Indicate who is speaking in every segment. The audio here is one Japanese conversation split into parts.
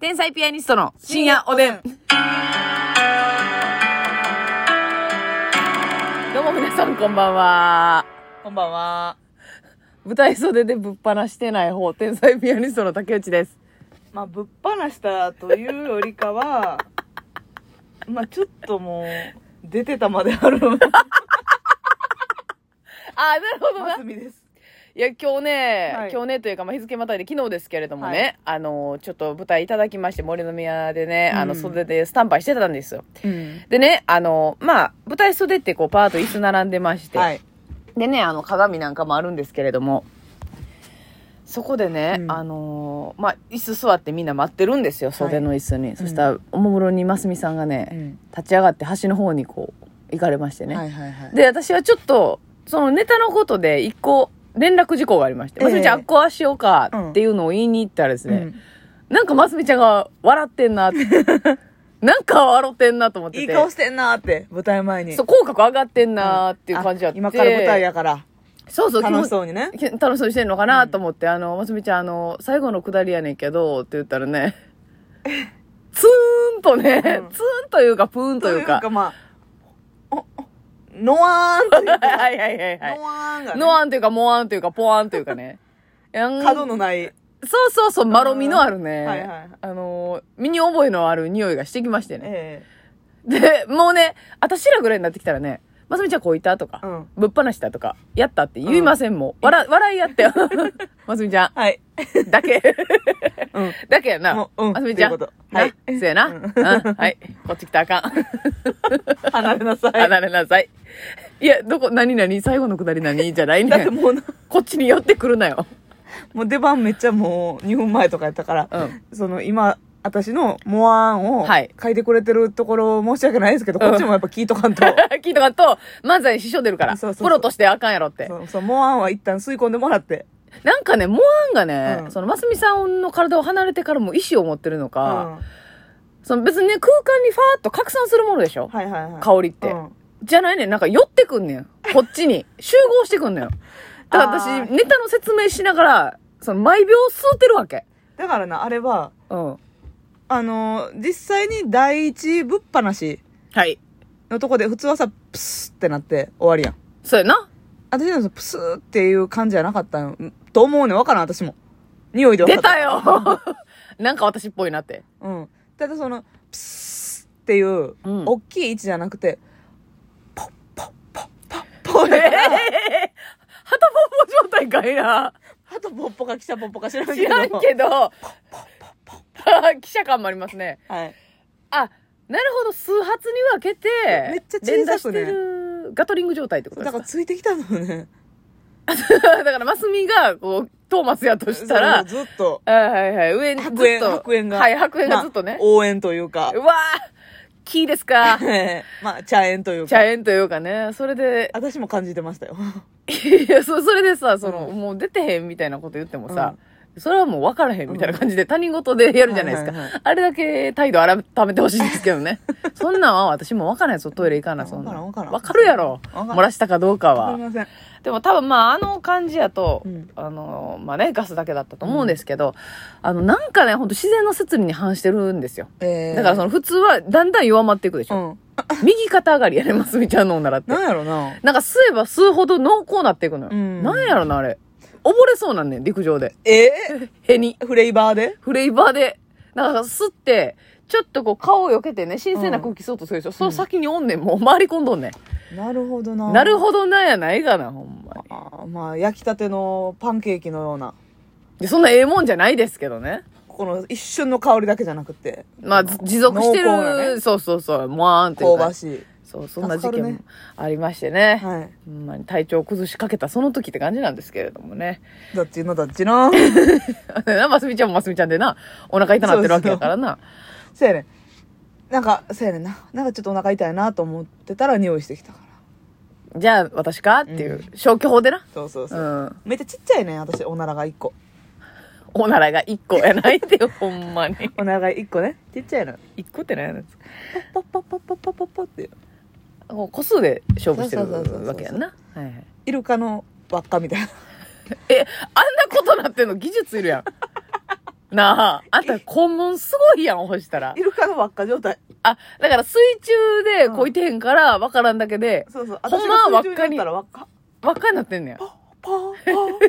Speaker 1: 天才ピアニストの深夜おでん。どうも皆さんこんばんは。
Speaker 2: こんばんは。
Speaker 1: 舞台袖でぶっ放してない方、天才ピアニストの竹内です。
Speaker 2: まあ、ぶっ放したというよりかは、 まあ、ちょっともう、出てたまで ある。
Speaker 1: あー、なるほどな。
Speaker 2: ますみです。
Speaker 1: いや、今日ね、
Speaker 2: はい
Speaker 1: 今日ねというか、まあ、日付またいで昨日ですけれどもね、
Speaker 2: は
Speaker 1: あの、ちょっと舞台いただきまして、森の宮でね、あの、
Speaker 2: うん
Speaker 1: 袖でスタンバイしてたんですよ。
Speaker 2: うん。
Speaker 1: でね、あの、まあ、舞台袖ってこう、パーッと椅子並んでまして、
Speaker 2: はい。
Speaker 1: でね、あの、鏡なんかもあるんですけれども、そこでね、
Speaker 2: うん
Speaker 1: あのーまあ、椅子座ってみんな待ってるんですよ、袖の椅子に。そしたら、おもむろにますみさんがね、
Speaker 2: ん。
Speaker 1: 立ち上がって端の方にこう、行かれましてね。
Speaker 2: はいはいはい。
Speaker 1: で、私はちょっと、そのネタのことで一個連絡事項がありまして、
Speaker 2: ええ
Speaker 1: ますみちゃん、あっこああしようかっていうのを言いに行ったらです
Speaker 2: う
Speaker 1: ね
Speaker 2: ん、
Speaker 1: なんかますみちゃんが笑ってん なって、なんか笑ってんなと思ってて、
Speaker 2: いい顔してんなーって、舞台前に。
Speaker 1: そう、口角上がってんなっていう感じだ
Speaker 2: あ
Speaker 1: って。
Speaker 2: 今から舞台やから、
Speaker 1: そうそう、
Speaker 2: 楽しそうにね。
Speaker 1: 気持ち楽しそうにしてんのかなと思って、あの、ますみちゃん、あの、最後のくだりやねんけど、って言ったらね、ツーンとね、
Speaker 2: うん
Speaker 1: ツーンというか、プーンというか。
Speaker 2: まあ、おおノワーンというか、
Speaker 1: はいはいはい はい
Speaker 2: ノ。ワーンがね、
Speaker 1: ノアンというか、モアンというか、ポアンというかね。やん
Speaker 2: 角のない、
Speaker 1: そうそうそう、まろみのあるね。
Speaker 2: はいはい
Speaker 1: あのー、身に覚えのある匂いがしてきましてね。
Speaker 2: え
Speaker 1: で、もうね、私らぐらいになってきたらね、まさみちゃんこういたとか、
Speaker 2: うん
Speaker 1: ぶっ放したとか、やったって言いませんもん。笑、笑いや ってよ。まさみちゃ
Speaker 2: えはい。
Speaker 1: ん、だけ。
Speaker 2: うん。
Speaker 1: だけやな
Speaker 2: も。ううん
Speaker 1: まさみちゃん。
Speaker 2: ということ
Speaker 1: はい。
Speaker 2: な
Speaker 1: そうやな。
Speaker 2: うん
Speaker 1: うん。はい。こっち来たらあかん。
Speaker 2: 離れなさい。
Speaker 1: 離れなさい。いや、どこ、何々、最後のくだり何じゃないね
Speaker 2: だって
Speaker 1: ん。
Speaker 2: もうな、
Speaker 1: こっちに寄ってくるなよ。
Speaker 2: もう出番めっちゃもう2分前とかやったから、
Speaker 1: うん
Speaker 2: その今、私のモアンを
Speaker 1: はい
Speaker 2: 書いてくれてるところ申し訳ないですけど、こっちもやっぱ聞いと かんと。
Speaker 1: 聞いとかんと、漫才に支障出るから。
Speaker 2: そうそうそう
Speaker 1: プロとしてあかんやろって。
Speaker 2: そうそう、モアンは一旦吸い込んでもらって。
Speaker 1: なんかね、モアンがね、
Speaker 2: うん
Speaker 1: その、ますみさんの体を離れてからも意志を持ってるのか、
Speaker 2: うん
Speaker 1: その別にね、空間にファーッと拡散するものでしょ、
Speaker 2: はいはいはい。
Speaker 1: 香りって、
Speaker 2: うん
Speaker 1: じゃないねんなんか寄ってくんねん。こっちに。集合してくんのよ。だから
Speaker 2: あ
Speaker 1: 私、
Speaker 2: ー
Speaker 1: ネタの説明しながら、その、毎秒吸うてるわけ。
Speaker 2: だからな、あれは、
Speaker 1: うん。
Speaker 2: あのー実際に第一ぶっ放し
Speaker 1: はい。
Speaker 2: のとこで普通はさ、プスってなって終わりやん。
Speaker 1: そうやな。
Speaker 2: 私のそのプスっていう感じじゃなかったのと思うねん。わからん、私も。匂いでわか
Speaker 1: 出
Speaker 2: った。
Speaker 1: たよ なんか私っぽいなって。
Speaker 2: うん。ただその、プスーっていう、
Speaker 1: うん
Speaker 2: 大きい位置じゃなくて、ポッポッポッポッポッ
Speaker 1: ええハトポンポ状態かいな。
Speaker 2: あとポッポか記者ポッポか知らんけど。
Speaker 1: 知らんけど、 記者感もありますね。
Speaker 2: はい。
Speaker 1: あ、なるほど、数発に分けて、
Speaker 2: めっちゃ小さくね
Speaker 1: 連打してるガトリング状態ってことで
Speaker 2: だ
Speaker 1: す
Speaker 2: から
Speaker 1: か
Speaker 2: ついてきたのよね。
Speaker 1: だから、マスミが、こう、トーマスやとしたら、
Speaker 2: そうずっと、
Speaker 1: はいはいはい、上にずっと、
Speaker 2: 白煙、白煙が。
Speaker 1: はい、白煙がずっとね
Speaker 2: まあ。応援というか
Speaker 1: う、わー、キーです か。
Speaker 2: まあ、茶煙というか。
Speaker 1: 茶園というかね、それで、
Speaker 2: 私も感じてましたよ。
Speaker 1: いや、そそれでさ、その、
Speaker 2: う
Speaker 1: もう出てへんみたいなこと言ってもさ、それはもう分からへんみたいな感じで他人事でやるじゃないですか。
Speaker 2: はいはいはい
Speaker 1: あれだけ態度改めてほしいんですけど ね。そんなんは私も分からんぞ、トイレ行かな、そんな
Speaker 2: 分からん分からん
Speaker 1: 分かるやろ。
Speaker 2: 分からん
Speaker 1: 漏らしたかどうか
Speaker 2: わかり
Speaker 1: は。
Speaker 2: ません。
Speaker 1: でも多分まあ、あの感じやと、
Speaker 2: うん
Speaker 1: あの、まあね、ガスだけだったと思うんですけど、あの、なんかね、ほんと自然の摂理に反してるんですよ。
Speaker 2: えー
Speaker 1: だからその普通はだんだん弱まっていくでしょ。
Speaker 2: うん。
Speaker 1: 右肩上がりやれます、みたいなのを習って
Speaker 2: な。んやろな。
Speaker 1: なんか吸えば吸うほど濃厚なっていくのよ。
Speaker 2: うん
Speaker 1: なんやろな、あれ。溺れそうなんねん、陸上で。
Speaker 2: え
Speaker 1: へに。
Speaker 2: ー、フレーバーで
Speaker 1: フレーバーで。なんか吸って、ちょっとこう顔を避けてね、新鮮な空気吸おうとするでしょ。その先におんねん、もう回り込んどんね
Speaker 2: なるほど
Speaker 1: ん。
Speaker 2: な。
Speaker 1: なるほどなやないがな、ほんまに。
Speaker 2: あーまあ、焼きたてのパンケーキのような。
Speaker 1: でそんなええもんじゃないですけどね。
Speaker 2: この一瞬の香りだけじゃなくて。
Speaker 1: まあ、ず持続して
Speaker 2: 濃厚な
Speaker 1: る、
Speaker 2: ね
Speaker 1: そうそうそう、もわーんってい
Speaker 2: 香
Speaker 1: うか
Speaker 2: ばしい。
Speaker 1: そう、そんな事
Speaker 2: 助
Speaker 1: 件
Speaker 2: かる
Speaker 1: も
Speaker 2: ね
Speaker 1: ありましてね。
Speaker 2: はい。
Speaker 1: ほんまに体調を崩しかけたその時って感じなんですけれどもね。
Speaker 2: どっちのどっちの。
Speaker 1: な、ますみちゃんもますみちゃんでな、お腹痛なってるわけだからな。
Speaker 2: せやねん。なんか、せやねんな。なんかちょっとお腹痛いなと思ってたら匂いしてきたから。
Speaker 1: じゃあ、私かっていう、消去法でな。
Speaker 2: そうそう
Speaker 1: う
Speaker 2: そう。
Speaker 1: ん。
Speaker 2: めっちゃちっちゃいねん、私、おならが一個。
Speaker 1: おならが1個やないで よ、ほんまに。
Speaker 2: おならが一個ね。ちっちゃいの。
Speaker 1: 1個って何やなんですか
Speaker 2: ポッポッポッポッポッポッポッっていう。
Speaker 1: もう個数で勝負してる
Speaker 2: そうそうそうそうそう
Speaker 1: わけやんな。はいはい。
Speaker 2: イルカの輪っかみたいな。
Speaker 1: え、あんなことなってんの技術いるやん。 なあ、あんた肛門すごいやん、ほしたら
Speaker 2: イ。ルカの輪っか状態。
Speaker 1: あ、だから水中でこいてへんからわからんだけで、
Speaker 2: そうそう。
Speaker 1: ほんまは輪っかに
Speaker 2: 私が水中にいたら輪っか。
Speaker 1: 輪っかになってんねや
Speaker 2: パ。ーパー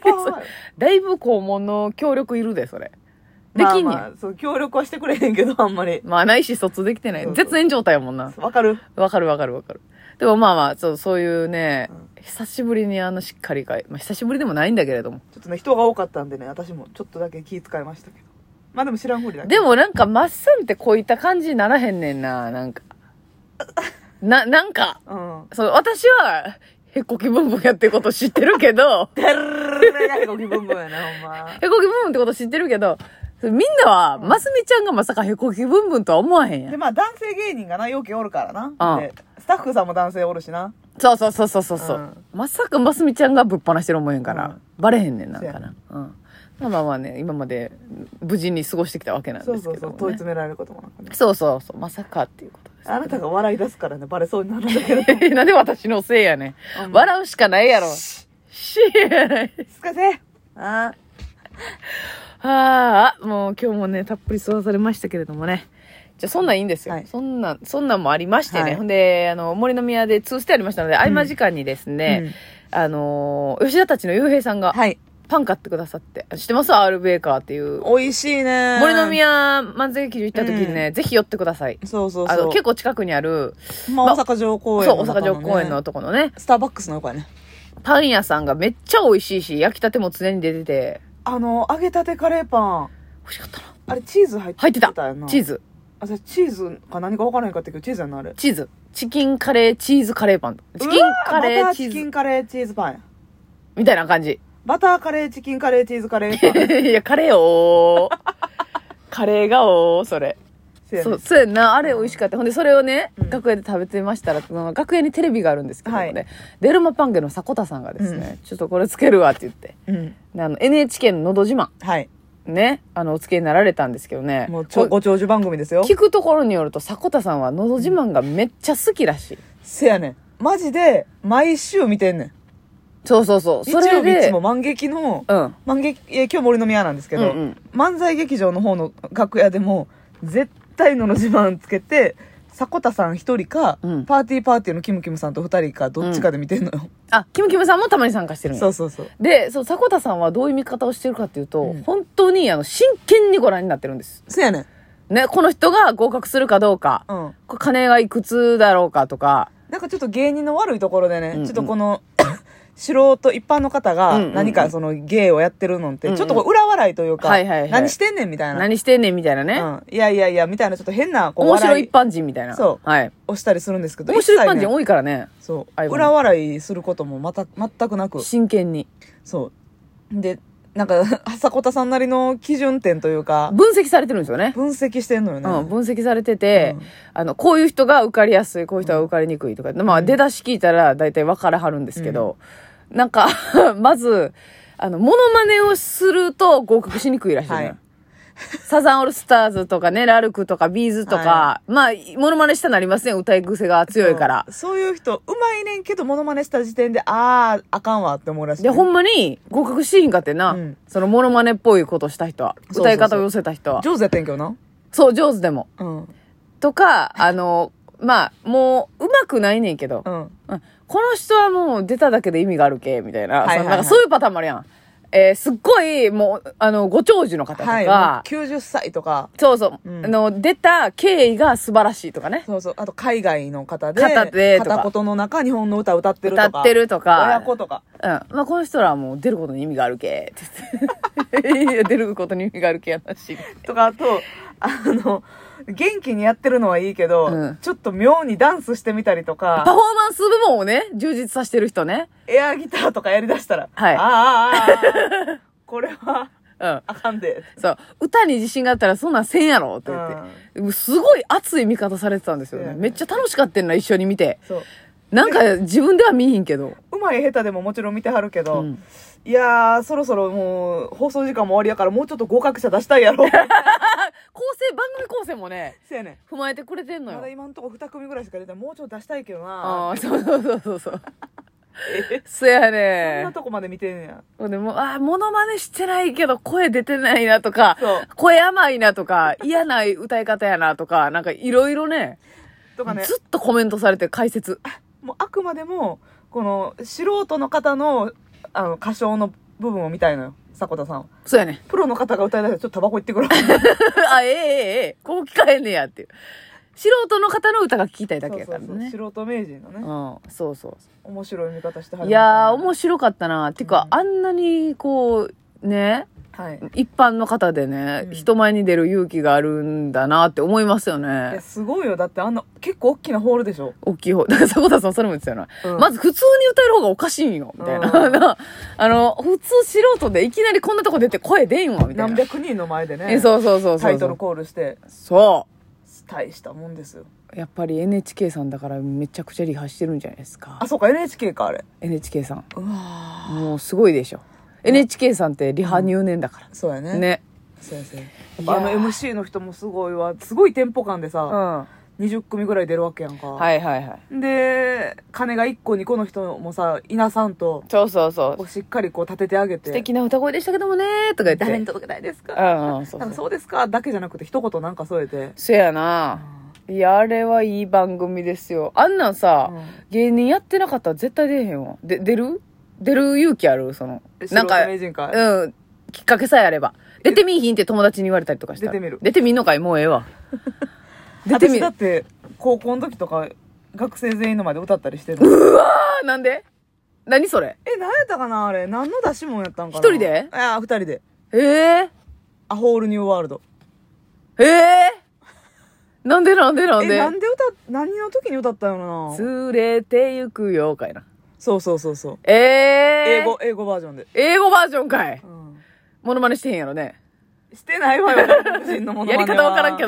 Speaker 2: パーパー
Speaker 1: だいぶ肛門の協力いるで、それ。できんねん。ま
Speaker 2: ま
Speaker 1: あ
Speaker 2: あまあそう、協力はしてくれへんけど、あんまり。
Speaker 1: ないし卒できてない
Speaker 2: そう。そう
Speaker 1: 絶縁状態やもんな。
Speaker 2: わかる
Speaker 1: わかるわかるわかる。でもまあまあ、そう、そういうね、
Speaker 2: う
Speaker 1: 久しぶりにあのしっかりかい、まあ久しぶりでもないんだけれども。
Speaker 2: ちょっとね、人が多かったんでね、私もちょっとだけ気遣いましたけど。まあでも知らんふりだけど
Speaker 1: でもなんかまっさんってこういった感じにならへんねんな、なん か。な、なんか、
Speaker 2: うん。
Speaker 1: そう、私は、へっこきブンブンやってること知ってるけ ど、
Speaker 2: てるれがゴキブンブンやな、ほんま。
Speaker 1: へこきブンブンってこと知ってるけど、みんなは、ますみちゃんがまさかへこきブンブンとは思わへんや
Speaker 2: で、
Speaker 1: ん。
Speaker 2: まあ男性芸人がな、ようけおるから
Speaker 1: う
Speaker 2: な。
Speaker 1: ん
Speaker 2: で、スタッフさんも男性おるしな。
Speaker 1: そうそうそうそうそう。うまさかますみちゃんがぶっ放してる思えへんから、
Speaker 2: うん
Speaker 1: バレへんねんなん
Speaker 2: そう
Speaker 1: か
Speaker 2: や
Speaker 1: な。うん。まあまあまあね、今まで無事に過ごしてきたわけなん
Speaker 2: そ
Speaker 1: で
Speaker 2: う
Speaker 1: す
Speaker 2: そう
Speaker 1: け
Speaker 2: そ
Speaker 1: ど
Speaker 2: う、
Speaker 1: も、
Speaker 2: 問い
Speaker 1: ね。
Speaker 2: 詰められることもなくね。
Speaker 1: そうそうそう、まさかっていうことです。
Speaker 2: あなたが笑い出すからね、バレそうになるんだけ ど。
Speaker 1: なんで私のせいやね
Speaker 2: う
Speaker 1: ん。
Speaker 2: ん
Speaker 1: 笑うしかないやろ。しや ない。
Speaker 2: すかせあ
Speaker 1: ああ、もう今日もね、たっぷり座されましたけれどもね。じゃあそんなんいいんですよ。
Speaker 2: はい
Speaker 1: そんなん、そんなんもありましてね。
Speaker 2: はい
Speaker 1: ほんで、あの、森の宮で通してありましたので、合間時間にですね、あのー、吉田たちの雄平さんが
Speaker 2: はい。
Speaker 1: パン買ってくださって、知ってます ?R ベーカーっていう。
Speaker 2: 美味しいね。
Speaker 1: 森の宮漫才劇場行った時にね、ぜひ寄ってください。
Speaker 2: そうそう
Speaker 1: あ
Speaker 2: そ
Speaker 1: の、
Speaker 2: う。
Speaker 1: 結構近くにある、
Speaker 2: ま
Speaker 1: ま
Speaker 2: あ、大阪城公園
Speaker 1: そう、
Speaker 2: の
Speaker 1: 大
Speaker 2: 中
Speaker 1: 阪
Speaker 2: ね
Speaker 1: 城公園の。とこのね、
Speaker 2: スターバックスの横やね。
Speaker 1: パン屋さんがめっちゃ美味しいし、焼きたても常に出てて、
Speaker 2: あの、揚げたてカレーパン。
Speaker 1: 美味しかったな。
Speaker 2: あれ、チーズ入って
Speaker 1: 入ってた
Speaker 2: よな。
Speaker 1: チー
Speaker 2: ズ。
Speaker 1: ズ、
Speaker 2: あ、それチーズか何か分からへんかったけど、チーズやな、あれ。
Speaker 1: チーズ。チキンカレー、チーズカレーパン。チキンカレ
Speaker 2: うわま
Speaker 1: ー、
Speaker 2: た
Speaker 1: チ
Speaker 2: チ
Speaker 1: ー
Speaker 2: キ
Speaker 1: ズ。
Speaker 2: ンカレーチーズパンや。
Speaker 1: みたいな感じ。
Speaker 2: バターカレーチキンカレーチーズカレーパン。
Speaker 1: いや、カレーよー。カレーがおー、それ。
Speaker 2: せやね
Speaker 1: そう、そうやんな。あれ美味しかった。ほんで、それをね、
Speaker 2: うん
Speaker 1: 楽屋で食べてましたら、その楽屋にテレビがあるんですけどもね、
Speaker 2: はい
Speaker 1: デルマパンゲの迫田さんがですね、ちょっとこれつけるわって言って、
Speaker 2: うん。
Speaker 1: であの NHK ののど自慢、
Speaker 2: はい。
Speaker 1: ね、あの、お付けになられたんですけどね。
Speaker 2: もう、ちょ、
Speaker 1: こ
Speaker 2: ご長寿番組ですよ。
Speaker 1: 聞くところによると、迫田さんはのど自慢がめっちゃ好きらしい。
Speaker 2: せやねん。マジで、毎週見てんねん。
Speaker 1: そうそうそう。
Speaker 2: 日
Speaker 1: それ
Speaker 2: 曜日い
Speaker 1: で、
Speaker 2: つも満劇の、
Speaker 1: うん。
Speaker 2: 満劇、えー今日森の宮なんですけど、
Speaker 1: うんうん
Speaker 2: 漫才劇場の方の楽屋でも、絶対のの自慢つけて、迫田さん一人か、
Speaker 1: うん
Speaker 2: パーティーパーティーのキムキムさんと二人か、どっちかで見てんのよ。
Speaker 1: あ、キムキムさんもたまに参加してるんや
Speaker 2: そうそうそう。
Speaker 1: で、そう、迫田さんはどういう見方をしてるかっていうと、
Speaker 2: うん
Speaker 1: 本当に、あの、真剣にご覧になってるんです。
Speaker 2: せやねん。
Speaker 1: ね、この人が合格するかどうか、
Speaker 2: うん。
Speaker 1: これ金がいくつだろうかとか、
Speaker 2: なんかちょっと芸人の悪いところでね、
Speaker 1: うんうん
Speaker 2: ちょっとこの、 素人、一般の方が
Speaker 1: うんうんうん
Speaker 2: 何かその芸をやってるのって、
Speaker 1: うんうん
Speaker 2: ちょっとこう裏笑いというか、
Speaker 1: はいはいはい
Speaker 2: 何してんねんみたいな。
Speaker 1: 何してんねんみたいなね。
Speaker 2: うん、いやいやいや、みたいなちょっと変な、こう、
Speaker 1: 面白
Speaker 2: 笑
Speaker 1: い
Speaker 2: い
Speaker 1: 一般人みたいな。
Speaker 2: そう
Speaker 1: はい。
Speaker 2: をしたりするんですけど、
Speaker 1: 面白い一般
Speaker 2: 一切
Speaker 1: 人
Speaker 2: ね
Speaker 1: 多いからね。
Speaker 2: そ。
Speaker 1: あいううの
Speaker 2: 裏笑いすることもまた、全くなく。
Speaker 1: 真剣に。
Speaker 2: そう。で、なんか、 迫田さんなりの基準点というか、
Speaker 1: 分析されてるんですよね。
Speaker 2: 分析してんのよね。
Speaker 1: うん、分析されてて、
Speaker 2: うん
Speaker 1: あの、こういう人が受かりやすい、こういう人が受かりにくいとか、まあ、出だし聞いたら大体分からはるんですけど、なんか、 まず、あの、モノマネをすると合格しにくいらしい、ね
Speaker 2: はい
Speaker 1: サザンオールスターズとかね、ラルクとかビーズとか、まあ、モノマネしたなりません、歌い癖が強いから。
Speaker 2: そうそういう人、うまいねんけど、モノマネした時点で、あー、あかんわって思うらしい、
Speaker 1: で、ほんまに合格シーンかってな、
Speaker 2: うん
Speaker 1: そのモノマネっぽいことした人は、
Speaker 2: そうそうそう
Speaker 1: 歌い方を寄せた人は。
Speaker 2: 上手やってんけどな。
Speaker 1: そう、上手でも。
Speaker 2: うん。
Speaker 1: とか、あの、まあ、もう、うまくないねんけど、
Speaker 2: うん。
Speaker 1: うんこの人はもう出ただけで意味があるけ、みたいな。
Speaker 2: はいはいはい
Speaker 1: そのなんかそういうパターンもあるやん。えーすっごい、もう、あの、ご長寿の方とか、
Speaker 2: はい。もう90歳とか、
Speaker 1: そうそう、
Speaker 2: うん
Speaker 1: あの、出た経緯が素晴らしいとかね。
Speaker 2: そうそう。あと、海外の方で、
Speaker 1: 片手とか
Speaker 2: 片言の中、日本の歌歌ってると
Speaker 1: 歌
Speaker 2: か。
Speaker 1: ってるとか。
Speaker 2: 親子とか。
Speaker 1: うん。まあ、この人らはもう出ることに意味があるけ、って言って いや出ることに意味があるけやなし。
Speaker 2: とか、あと、あの、元気にやってるのはいいけど、
Speaker 1: うん
Speaker 2: ちょっと妙にダンスしてみたりと
Speaker 1: パフォー
Speaker 2: か、
Speaker 1: マンス部門をね、充実させてる人ね。
Speaker 2: エアギターとかやりだしたら、
Speaker 1: はい
Speaker 2: ああああ、 これは、
Speaker 1: うん。
Speaker 2: あかんで。
Speaker 1: そう。歌に自信があったらそんなんせんやろって言って。すごい熱い見方されてたんですよ
Speaker 2: そう
Speaker 1: ね。
Speaker 2: やね
Speaker 1: めっちゃ楽しかったんな、一緒に見て。
Speaker 2: そう。
Speaker 1: なんか自分では見えへんけど。
Speaker 2: うまい下手でももちろん見てはるけど、
Speaker 1: うん
Speaker 2: いやー、そろそろもう、放送時間も終わりやから、もうちょっと合格者出した いやろ。
Speaker 1: 構成、番組構成もね、
Speaker 2: せやねん。
Speaker 1: 踏まえてくれてんの
Speaker 2: まだ
Speaker 1: よ。
Speaker 2: 今んとこ2組ぐらいしか出てないもうちょっと出したいけどな。
Speaker 1: ああ、そうそうそうそうそう。
Speaker 2: え
Speaker 1: そや
Speaker 2: そん
Speaker 1: ね
Speaker 2: なとこまで見てんねや。
Speaker 1: ほんでもう、あー、モノマネしてないけど声出てないなとか、
Speaker 2: そう。
Speaker 1: 声甘いなとか、嫌な歌い方やなとか、なんかいろいろね、
Speaker 2: とかね、
Speaker 1: ずっとコメントされて解説。
Speaker 2: もうあくまでも、この素人の方の、あの、歌唱の部分を見たいのよ。迫田さんは。
Speaker 1: そうやね。
Speaker 2: プロの方が歌いだしたらちょっとタバコ行ってく る。
Speaker 1: あ、ええええええ、こう聞かへんねやっていう。素人の方の歌が聞きたいだけやから
Speaker 2: そうそう
Speaker 1: ね。
Speaker 2: そう素人名人のね、
Speaker 1: うん、そうそう
Speaker 2: 面白い見方しては
Speaker 1: そう。いやー、
Speaker 2: 面
Speaker 1: 面白かったな。てか、
Speaker 2: う
Speaker 1: あんなに、こう、ね、
Speaker 2: 白い。はい。
Speaker 1: 一般の方でね、
Speaker 2: うん
Speaker 1: 人前に出る勇気があるんだなって思いますよ
Speaker 2: いや、
Speaker 1: ね。
Speaker 2: すごいよ。だってあんな、結構大きなホールでしょ。
Speaker 1: 大きい方。だ から、迫田さんそれも言ってたよな。
Speaker 2: うん
Speaker 1: まず普通に歌える方がおかしいんよ、みたいな。
Speaker 2: うん
Speaker 1: あの、普通素人でいきなりこんなとこ出て声出んわ、みたい
Speaker 2: 何
Speaker 1: な。
Speaker 2: 百人の前でね。
Speaker 1: え、そうそうそうそうそう。
Speaker 2: タイトルコールして、
Speaker 1: そ
Speaker 2: 大したもんですよ。
Speaker 1: う。やっぱり NHK さんだからめちゃくちゃリハしてるんじゃないですか
Speaker 2: あ、。そうか、NHK か、あれ。
Speaker 1: NHK さん。
Speaker 2: うわ
Speaker 1: もうすごいでしょ。NHK さんってリハ入念だか
Speaker 2: そうやね。
Speaker 1: ら。。ね。
Speaker 2: そうやそうや。
Speaker 1: いや
Speaker 2: あ
Speaker 1: ー
Speaker 2: の MC の人もすごいわ。すごいテンポ感
Speaker 1: う
Speaker 2: で
Speaker 1: ん。
Speaker 2: さ、
Speaker 1: は
Speaker 2: 20組ぐらい出るわけやんか。
Speaker 1: いはいはい。
Speaker 2: で、金が1個2個の人もさ、稲さんと、
Speaker 1: そうそうそう
Speaker 2: こ。うしっかりこう立ててあげて。
Speaker 1: 素敵な歌声でしたけどもねとか言って。
Speaker 2: 誰に届けたいですか
Speaker 1: うんうん、そう
Speaker 2: なんか
Speaker 1: そう。
Speaker 2: そうですかだけじゃなくて一言なんか添えて。
Speaker 1: せやな。いや、あれはいい番組ですよ。あんなんさ、芸人やってなかったら絶対出えへんわ。で、出る出る勇気あるその。な
Speaker 2: な
Speaker 1: んん
Speaker 2: か、
Speaker 1: か、
Speaker 2: 名人か。
Speaker 1: うん、きっかけさえあれば。出てみいひんって友達に言われたりとかしたら。
Speaker 2: 出てみる
Speaker 1: 出てみんのかいもうええわ。出てみ
Speaker 2: 私だ
Speaker 1: る
Speaker 2: っ。て、高校の時とか、学生全員の前で歌ったりしてる。
Speaker 1: あ、 なんで何それ
Speaker 2: え、何やったかなあれ。何の出し物やったんかな
Speaker 1: 一人で
Speaker 2: いや、二人で。
Speaker 1: ええ
Speaker 2: アホールニューワールド。
Speaker 1: ええなんでなんでなん
Speaker 2: え、
Speaker 1: で
Speaker 2: なんで歌っ、何の時に歌ったのかな
Speaker 1: 連れて行くよ、かいな。
Speaker 2: そうそうそうそう。
Speaker 1: ええ
Speaker 2: 英語、英語バージョンで。
Speaker 1: 英語バージョンかい。
Speaker 2: うん
Speaker 1: モノマネしてへんやろね。
Speaker 2: してないわよ、日本人のもの
Speaker 1: やり方わからんけど。